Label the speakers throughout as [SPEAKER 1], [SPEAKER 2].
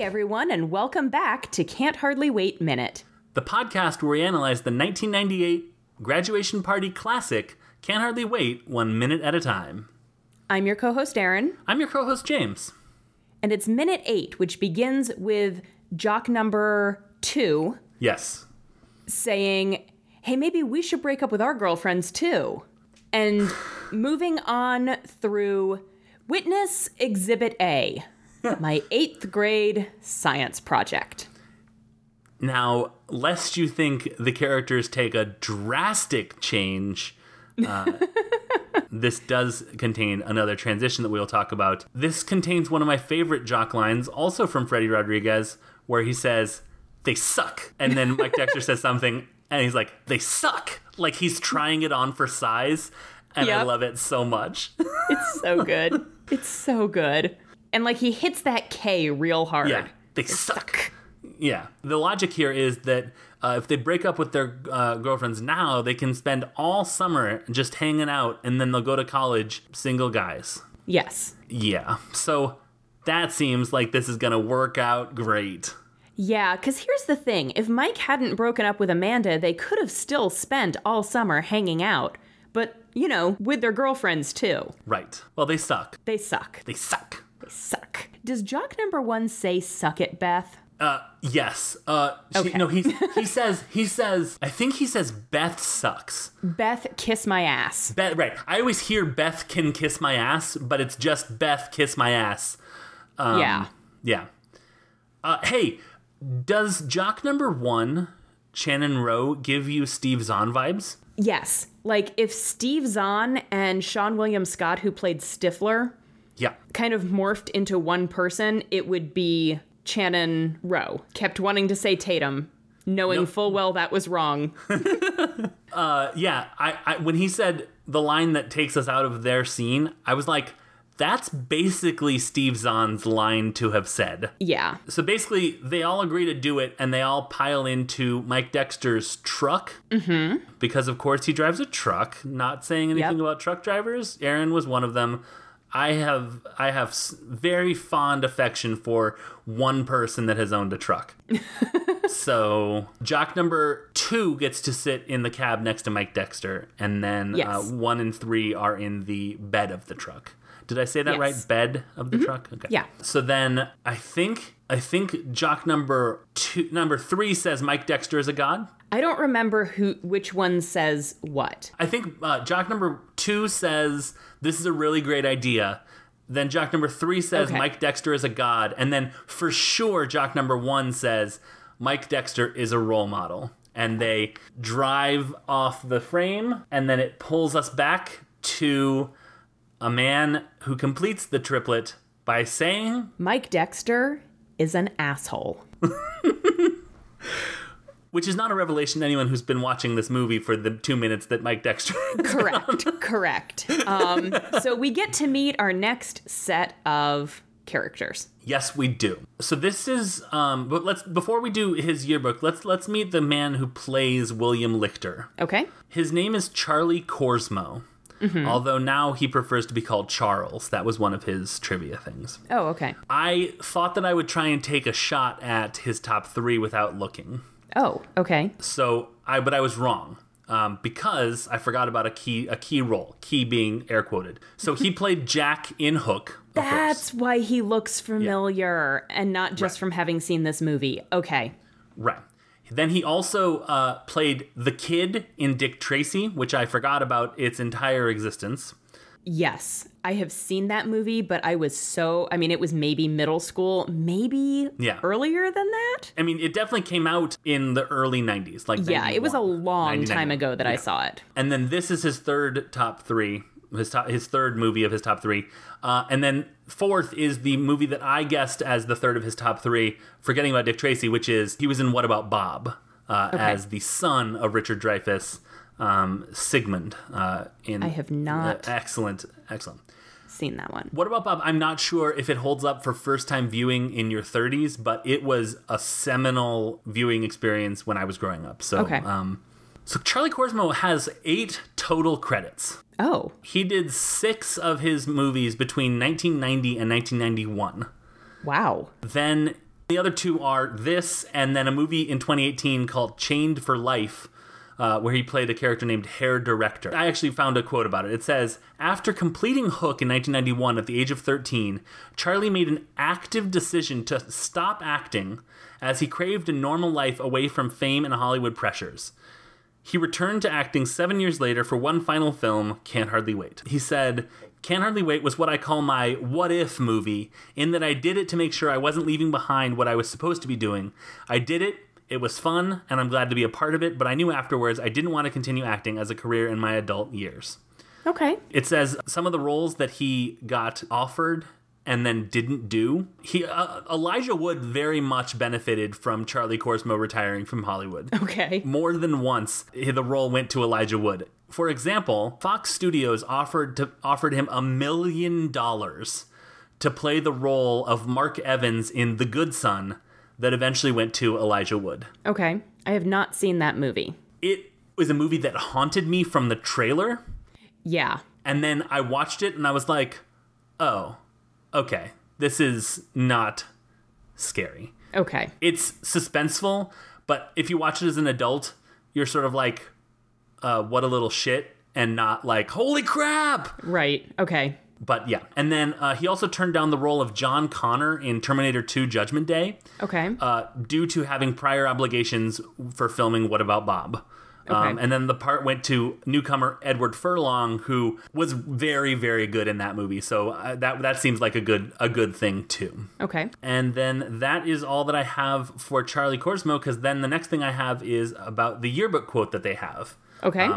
[SPEAKER 1] everyone, and welcome back to Can't Hardly Wait Minute.
[SPEAKER 2] the podcast where we analyze the 1998 graduation party classic Can't Hardly Wait One Minute at a Time.
[SPEAKER 1] I'm your co host, Aaron,
[SPEAKER 2] I'm your co host, James.
[SPEAKER 1] and it's minute eight, which begins with jock number two
[SPEAKER 2] Yes.
[SPEAKER 1] saying, Hey, maybe we should break up with our girlfriends too. And moving on through Witness Exhibit A, my eighth grade science project.
[SPEAKER 2] Now, lest you think the characters take a drastic change, uh, this does contain another transition that we'll talk about. This contains one of my favorite jock lines, also from Freddie Rodriguez, where he says, They suck. And then Mike Dexter says something, and he's like, They suck. Like he's trying it on for size. And I
[SPEAKER 1] Yep.
[SPEAKER 2] love it so much.
[SPEAKER 1] It's so good. it's so good. And like he hits that K real hard.
[SPEAKER 2] Yeah, they suck. Yeah, the logic here is that uh, if they break up with their uh, girlfriends now, they can spend all summer just hanging out, and then they'll go to college single guys.
[SPEAKER 1] Yes.
[SPEAKER 2] Yeah, so that seems like this is gonna work out great.
[SPEAKER 1] Yeah, because here's the thing if Mike hadn't broken up with Amanda, they could have still spent all summer hanging out, but, you know, with their girlfriends too.
[SPEAKER 2] Right. Well, they suck.
[SPEAKER 1] They suck.
[SPEAKER 2] They suck.
[SPEAKER 1] They suck. Does jock number one say suck it, Beth?
[SPEAKER 2] Uh, yes. Uh, she,
[SPEAKER 1] Okay.
[SPEAKER 2] no, he he says he says I think he says Beth sucks.
[SPEAKER 1] Beth, kiss my ass.
[SPEAKER 2] Beth, right. I always hear Beth can kiss my ass, but it's just Beth kiss my ass.
[SPEAKER 1] yeah.
[SPEAKER 2] Yeah. Uh, hey, does jock number one, Shannon Rowe, give you Steve Zahn vibes?
[SPEAKER 1] Yes. Like if Steve Zahn and Sean William Scott, who played Stifler,
[SPEAKER 2] Yeah.
[SPEAKER 1] kind of morphed into one person, it would be Channon Rowe. Kept wanting to say Tatum, knowing full well that was wrong.
[SPEAKER 2] Uh, yeah. I, I when he said the line that takes us out of their scene, I was like, that's basically Steve Zahn's line to have said.
[SPEAKER 1] Yeah.
[SPEAKER 2] So basically, they all agree to do it, and they all pile into Mike Dexter's truck mm-hmm. because, of course, he drives a truck. Not saying anything
[SPEAKER 1] Yep.
[SPEAKER 2] about truck drivers. Aaron was one of them. I have I have s- very fond affection for one person that has owned a truck. so Jock number two gets to sit in the cab next to Mike Dexter, and then
[SPEAKER 1] Yes.
[SPEAKER 2] uh, one and three are in the bed of the truck. Did I say that
[SPEAKER 1] Yes.
[SPEAKER 2] right? Bed of the truck. Okay.
[SPEAKER 1] Mm-hmm. Yeah.
[SPEAKER 2] So then I think I think jock number two number three says Mike Dexter is a god.
[SPEAKER 1] I don't remember who which one says what.
[SPEAKER 2] I think uh, jock number two says this is a really great idea. Then jock number three says
[SPEAKER 1] Okay.
[SPEAKER 2] Mike Dexter is a god, and then for sure jock number one says Mike Dexter is a role model. And they drive off the frame, and then it pulls us back to a man who completes the triplet by saying
[SPEAKER 1] Mike Dexter is an asshole.
[SPEAKER 2] which is not a revelation to anyone who's been watching this movie for the two minutes that Mike Dexter.
[SPEAKER 1] Correct. correct. Um, so we get to meet our next set of characters.
[SPEAKER 2] yes, we do. So this is, um, but let's before we do his yearbook, let's let's meet the man who plays William Lichter.
[SPEAKER 1] Okay.
[SPEAKER 2] His name is Charlie Corsmo. Although now he prefers to be called Charles. That was one of his trivia things.
[SPEAKER 1] Oh, okay.
[SPEAKER 2] I thought that I would try and take a shot at his top three without looking.
[SPEAKER 1] Oh, okay.
[SPEAKER 2] So I, but I was wrong um, because I forgot about a key, a key role, key being air quoted. So he played Jack in Hook. of course.
[SPEAKER 1] That's why he looks familiar and not just
[SPEAKER 2] Right.
[SPEAKER 1] from having seen this movie. Okay.
[SPEAKER 2] right. Then he also uh, played the kid in Dick Tracy, which I forgot about its entire existence.
[SPEAKER 1] Yes, I have seen that movie, but I was so, I mean, it was maybe middle school, maybe
[SPEAKER 2] Yeah.
[SPEAKER 1] earlier than that.
[SPEAKER 2] I mean, it definitely came out in the early '90s, like
[SPEAKER 1] Yeah, it was a
[SPEAKER 2] 91,
[SPEAKER 1] long
[SPEAKER 2] 90,
[SPEAKER 1] time ago that I
[SPEAKER 2] yeah.
[SPEAKER 1] saw it.
[SPEAKER 2] And then this is his third top three, his top, his third movie of his top three. Uh, and then fourth is the movie that I guessed as the third of his top three, forgetting about Dick Tracy, which is he was in What About Bob uh, as the son of Richard Dreyfuss, um, Sigmund. Uh, in I
[SPEAKER 1] have not.
[SPEAKER 2] excellent, excellent.
[SPEAKER 1] Seen that one.
[SPEAKER 2] What About Bob? I'm not sure if it holds up for first time viewing in your 30s, but it was a seminal viewing experience when I was growing up. So,
[SPEAKER 1] Okay.
[SPEAKER 2] um, so Charlie Corsmo has eight total credits.
[SPEAKER 1] Oh,
[SPEAKER 2] He did six of his movies between 1990 and 1991.
[SPEAKER 1] wow.
[SPEAKER 2] Then The other two are this, and then a movie in 2018 called Chained for Life, uh, where he played a character named Hair Director. I actually found a quote about it. It says After completing Hook in 1991 at the age of 13, Charlie made an active decision to stop acting as he craved a normal life away from fame and Hollywood pressures. He returned to acting seven years later for one final film, Can't Hardly Wait. He said, Can't Hardly Wait was what I call my what if movie, in that I did it to make sure I wasn't leaving behind what I was supposed to be doing. I did it, it was fun, and I'm glad to be a part of it, but I knew afterwards I didn't want to continue acting as a career in my adult years.
[SPEAKER 1] Okay.
[SPEAKER 2] It says some of the roles that he got offered and then didn't do. He uh, Elijah Wood very much benefited from Charlie Corsmo retiring from Hollywood.
[SPEAKER 1] Okay.
[SPEAKER 2] More than once, the role went to Elijah Wood. For example, Fox Studios offered to offered him a million dollars to play the role of Mark Evans in The Good Son that eventually went to Elijah Wood.
[SPEAKER 1] Okay. I have not seen that movie.
[SPEAKER 2] It was a movie that haunted me from the trailer.
[SPEAKER 1] Yeah.
[SPEAKER 2] And then I watched it and I was like, oh, okay, this is not scary.
[SPEAKER 1] Okay.
[SPEAKER 2] It's suspenseful, but if you watch it as an adult, you're sort of like, uh, what a little shit, and not like, holy crap!
[SPEAKER 1] Right. Okay.
[SPEAKER 2] But yeah. And then uh, he also turned down the role of John Connor in Terminator 2 Judgment Day
[SPEAKER 1] Okay.
[SPEAKER 2] uh, due to having prior obligations for filming What About Bob. Um,
[SPEAKER 1] Okay.
[SPEAKER 2] and then the part went to newcomer Edward Furlong, who was very, very good in that movie. So uh, that that seems like a good a good thing too.
[SPEAKER 1] okay.
[SPEAKER 2] And then that is all that I have for Charlie Corsmo, because then the next thing I have is about the yearbook quote that they have
[SPEAKER 1] Okay.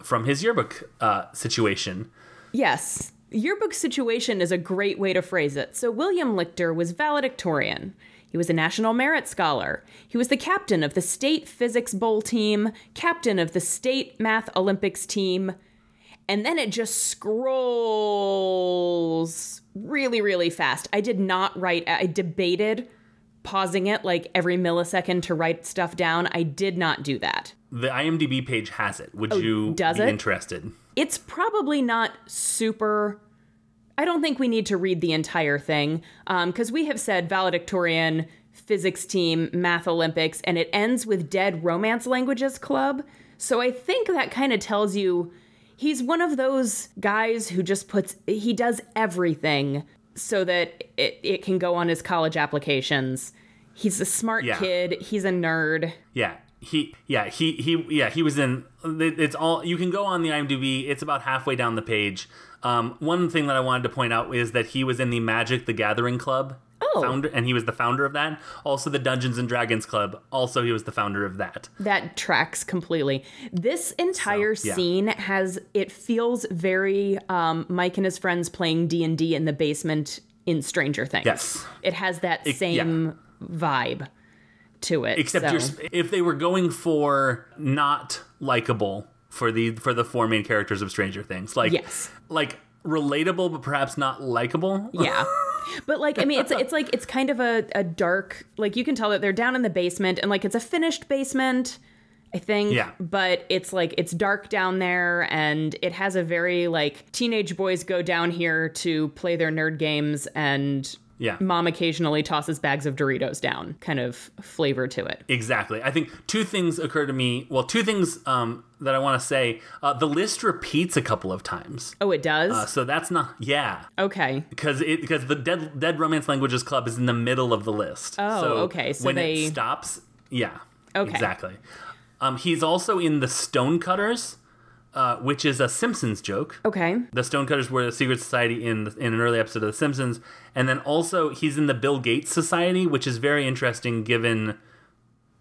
[SPEAKER 2] from his yearbook uh, situation.
[SPEAKER 1] Yes. Yearbook situation is a great way to phrase it. So, William Lichter was valedictorian. He was a National Merit Scholar. He was the captain of the state physics bowl team, captain of the state math Olympics team. And then it just scrolls really, really fast. I did not write, I debated pausing it like every millisecond to write stuff down. I did not do that.
[SPEAKER 2] The IMDb page has it. Would you
[SPEAKER 1] Oh, does
[SPEAKER 2] be
[SPEAKER 1] it?
[SPEAKER 2] interested?
[SPEAKER 1] it's probably not super. I don't think we need to read the entire thing because we have said valedictorian, physics team, math Olympics, and it ends with dead romance languages club. So I think that kind of tells you he's one of those guys who just puts, he does everything so that it, it can go on his college applications. He's a smart
[SPEAKER 2] Yeah.
[SPEAKER 1] kid, he's a nerd.
[SPEAKER 2] Yeah. He, yeah, he, he, yeah, he was in. It's all you can go on the IMDb. It's about halfway down the page. Um, one thing that I wanted to point out is that he was in the Magic the Gathering Club.
[SPEAKER 1] Oh.
[SPEAKER 2] Founder, and he was the founder of that. Also, the Dungeons and Dragons Club. Also, he was the founder of that.
[SPEAKER 1] That tracks completely. This entire
[SPEAKER 2] So, yeah.
[SPEAKER 1] scene has it feels very um, Mike and his friends playing D and D in the basement in Stranger Things.
[SPEAKER 2] Yes.
[SPEAKER 1] it has that same vibe to it.
[SPEAKER 2] Except
[SPEAKER 1] so-
[SPEAKER 2] you're, sp- if they were going for not likable for the for the four main characters of Stranger Things, like
[SPEAKER 1] Yes.
[SPEAKER 2] like relatable but perhaps not likable.
[SPEAKER 1] yeah. But like I mean it's it's like it's kind of a, a dark like you can tell that they're down in the basement and like it's a finished basement, I think.
[SPEAKER 2] Yeah.
[SPEAKER 1] But it's like it's dark down there and it has a very like teenage boys go down here to play their nerd games and
[SPEAKER 2] yeah,
[SPEAKER 1] mom occasionally tosses bags of Doritos down kind of flavor to it.
[SPEAKER 2] exactly. I think two things occur to me. Well, two things um, that I want to say. Uh, the list repeats a couple of times, Uh,
[SPEAKER 1] Oh, it does?
[SPEAKER 2] so that's not yeah
[SPEAKER 1] okay.
[SPEAKER 2] because it because the dead dead romance languages club is in the middle of the list.
[SPEAKER 1] Oh, okay, so
[SPEAKER 2] when
[SPEAKER 1] they-
[SPEAKER 2] it stops, yeah,
[SPEAKER 1] Okay.
[SPEAKER 2] exactly. Um, he's also in the Stonecutters, uh, which is a Simpsons joke.
[SPEAKER 1] Okay.
[SPEAKER 2] The Stonecutters were a secret society in the, in an early episode of The Simpsons, and then also he's in the Bill Gates Society, which is very interesting given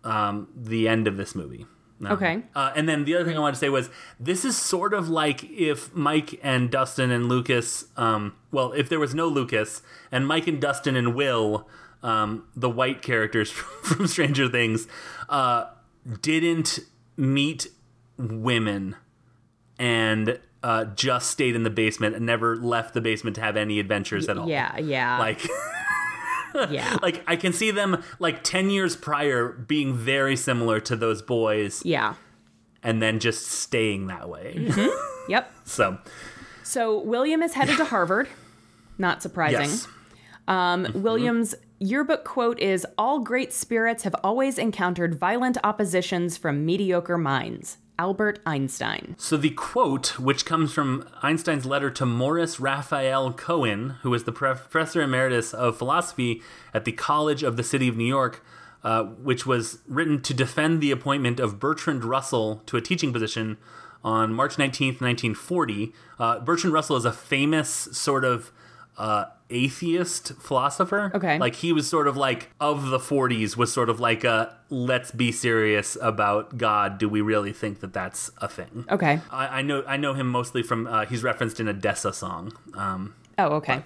[SPEAKER 2] um, the end of this movie. No.
[SPEAKER 1] Okay.
[SPEAKER 2] Uh, and then the other thing I wanted to say was this is sort of like if Mike and Dustin and Lucas, um, well, if there was no Lucas and Mike and Dustin and Will, um, the white characters from Stranger Things, uh, didn't meet women and uh, just stayed in the basement and never left the basement to have any adventures at all.
[SPEAKER 1] Yeah, yeah.
[SPEAKER 2] Like,
[SPEAKER 1] yeah.
[SPEAKER 2] like I can see them like 10 years prior being very similar to those boys
[SPEAKER 1] yeah.
[SPEAKER 2] and then just staying that way.
[SPEAKER 1] Yep.
[SPEAKER 2] So,
[SPEAKER 1] So William is headed to Harvard. Not surprising.
[SPEAKER 2] yes.
[SPEAKER 1] Um, Williams' yearbook quote is All great spirits have always encountered violent oppositions from mediocre minds. Albert Einstein.
[SPEAKER 2] So the quote, which comes from Einstein's letter to Morris Raphael Cohen, who is the prof- professor emeritus of philosophy at the College of the City of New York, uh, which was written to defend the appointment of Bertrand Russell to a teaching position on March 19th, 1940. Uh, Bertrand Russell is a famous sort of uh, atheist philosopher.
[SPEAKER 1] Okay.
[SPEAKER 2] Like he was sort of like of the 40s was sort of like a let's be serious about God. Do we really think that that's a thing?
[SPEAKER 1] Okay.
[SPEAKER 2] I, I know I know him mostly from uh, he's referenced in a Dessa song. Um,
[SPEAKER 1] Oh, okay.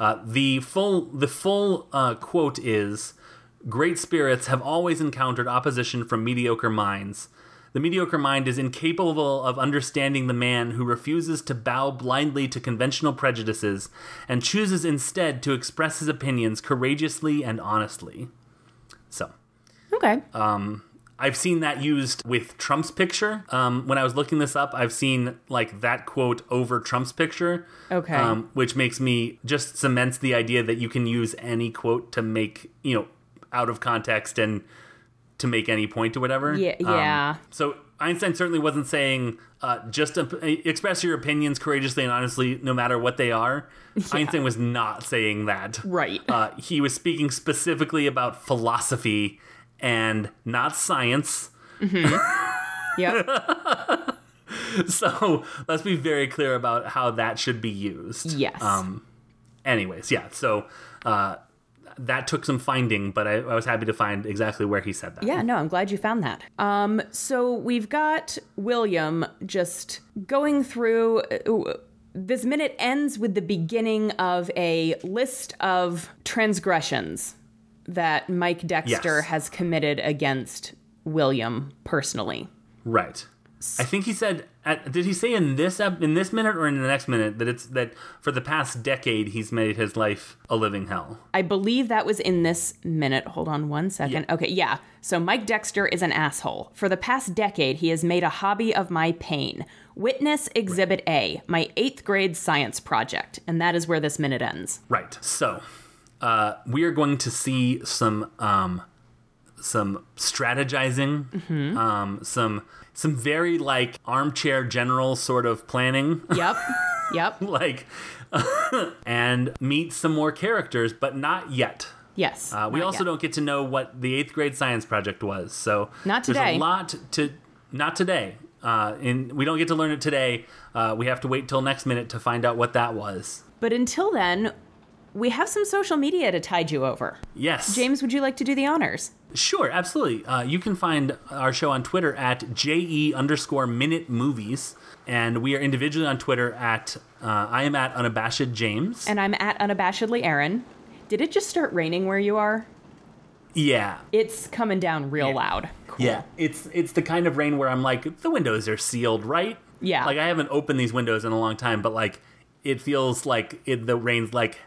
[SPEAKER 2] uh, the full the full uh, quote is: "Great spirits have always encountered opposition from mediocre minds. The mediocre mind is incapable of understanding the man who refuses to bow blindly to conventional prejudices and chooses instead to express his opinions courageously and honestly." So.
[SPEAKER 1] Okay.
[SPEAKER 2] I've seen that used with Trump's picture. Um, when I was looking this up, I've seen like that quote over Trump's picture.
[SPEAKER 1] Okay.
[SPEAKER 2] Um, which makes me just cements the idea that you can use any quote to make, you know, out of context and to make any point or whatever.
[SPEAKER 1] Yeah,
[SPEAKER 2] Um,
[SPEAKER 1] yeah.
[SPEAKER 2] so Einstein certainly wasn't saying uh, just op- express your opinions courageously and honestly, no matter what they are. Einstein was not saying that.
[SPEAKER 1] Right.
[SPEAKER 2] Uh, he was speaking specifically about philosophy and not science.
[SPEAKER 1] yep.
[SPEAKER 2] So let's be very clear about how that should be used.
[SPEAKER 1] Yes.
[SPEAKER 2] Um, anyways, yeah. So uh, that took some finding, but I, I was happy to find exactly where he said that.
[SPEAKER 1] Yeah, no, I'm glad you found that. Um, so we've got William just going through. uh, This minute ends with the beginning of a list of transgressions that Mike Dexter
[SPEAKER 2] Yes.
[SPEAKER 1] has committed against William personally.
[SPEAKER 2] Right. I think he said. At, did he say in this ep- in this minute or in the next minute that it's that for the past decade he's made his life a living hell?
[SPEAKER 1] I believe that was in this minute. Hold on one second. Okay, yeah. So Mike Dexter is an asshole. For the past decade, he has made a hobby of my pain. Witness Exhibit A, my eighth grade science project. And that is where this minute ends.
[SPEAKER 2] Right. So, uh, we are going to see some um, some strategizing, um, some some very like armchair general sort of planning,
[SPEAKER 1] Yep. yep.
[SPEAKER 2] like, and meet some more characters, but not yet.
[SPEAKER 1] Yes.
[SPEAKER 2] Uh, we
[SPEAKER 1] Not
[SPEAKER 2] also
[SPEAKER 1] yet.
[SPEAKER 2] don't get to know what the eighth grade science project was, so
[SPEAKER 1] Not
[SPEAKER 2] There's
[SPEAKER 1] today.
[SPEAKER 2] a lot to not today. Uh, and we don't get to learn it today. Uh, we have to wait till next minute to find out what that was.
[SPEAKER 1] But until then, we have some social media to tide you over.
[SPEAKER 2] Yes,
[SPEAKER 1] James, would you like to do the honors?
[SPEAKER 2] Sure, absolutely. Uh, you can find our show on Twitter at je underscore minute movies, and we are individually on Twitter at uh, I am at unabashed James.
[SPEAKER 1] And I'm at unabashedly Aaron. Did it just start raining where you are?
[SPEAKER 2] yeah,
[SPEAKER 1] It's coming down real loud. Cool.
[SPEAKER 2] yeah. It's it's the kind of rain where I'm like the windows are sealed, right?
[SPEAKER 1] Yeah.
[SPEAKER 2] Like I haven't opened these windows in a long time, but like it feels like it, the rain's like.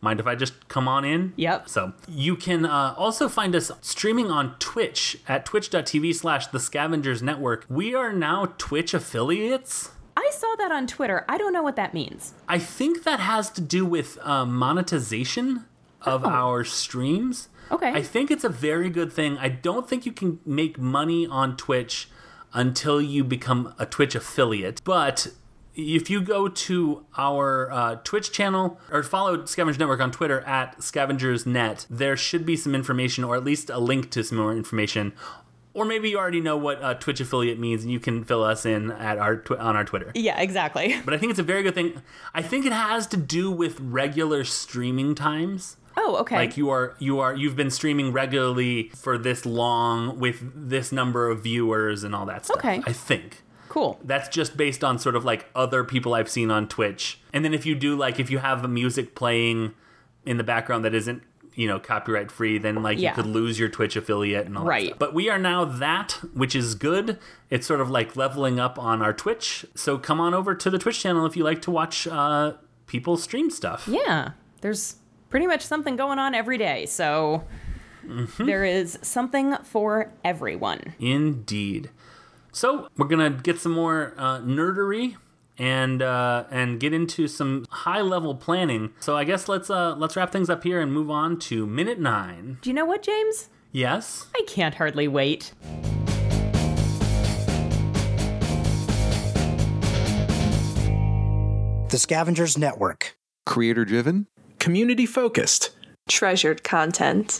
[SPEAKER 2] Mind if I just come on in?
[SPEAKER 1] Yep.
[SPEAKER 2] So you can uh, also find us streaming on Twitch at twitch.tv slash the scavengers network. We are now Twitch affiliates.
[SPEAKER 1] I saw that on Twitter. I don't know what that means.
[SPEAKER 2] I think that has to do with um, monetization of our streams.
[SPEAKER 1] Okay.
[SPEAKER 2] I think it's a very good thing. I don't think you can make money on Twitch until you become a Twitch affiliate. But if you go to our uh, Twitch channel or follow Scavengers Network on Twitter at scavengersnet, there should be some information or at least a link to some more information. Or maybe you already know what uh, Twitch affiliate means, and you can fill us in at our tw- on our Twitter
[SPEAKER 1] Yeah, exactly.
[SPEAKER 2] but I think it's a very good thing. I think it has to do with regular streaming times.
[SPEAKER 1] Oh, okay.
[SPEAKER 2] Like you are you are you've been streaming regularly for this long with this number of viewers and all that stuff.
[SPEAKER 1] Okay.
[SPEAKER 2] I think.
[SPEAKER 1] cool.
[SPEAKER 2] That's just based on sort of like other people I've seen on Twitch. And then if you do like if you have the music playing in the background that isn't, you know, copyright free, then like
[SPEAKER 1] Yeah.
[SPEAKER 2] you could lose your Twitch affiliate and all that
[SPEAKER 1] Right.
[SPEAKER 2] stuff. But we are now that, which is good. It's sort of like leveling up on our Twitch. So come on over to the Twitch channel if you like to watch uh people stream stuff.
[SPEAKER 1] Yeah, there's pretty much something going on every day, so there is something for everyone.
[SPEAKER 2] Indeed. So we're gonna get some more uh, nerdery and uh, and get into some high level planning. So I guess let's uh, let's wrap things up here and move on to minute nine.
[SPEAKER 1] Do you know what, James?
[SPEAKER 2] Yes.
[SPEAKER 1] I can't hardly wait.
[SPEAKER 3] The Scavengers Network.
[SPEAKER 4] Creator driven?
[SPEAKER 5] Community focused.
[SPEAKER 6] treasured content.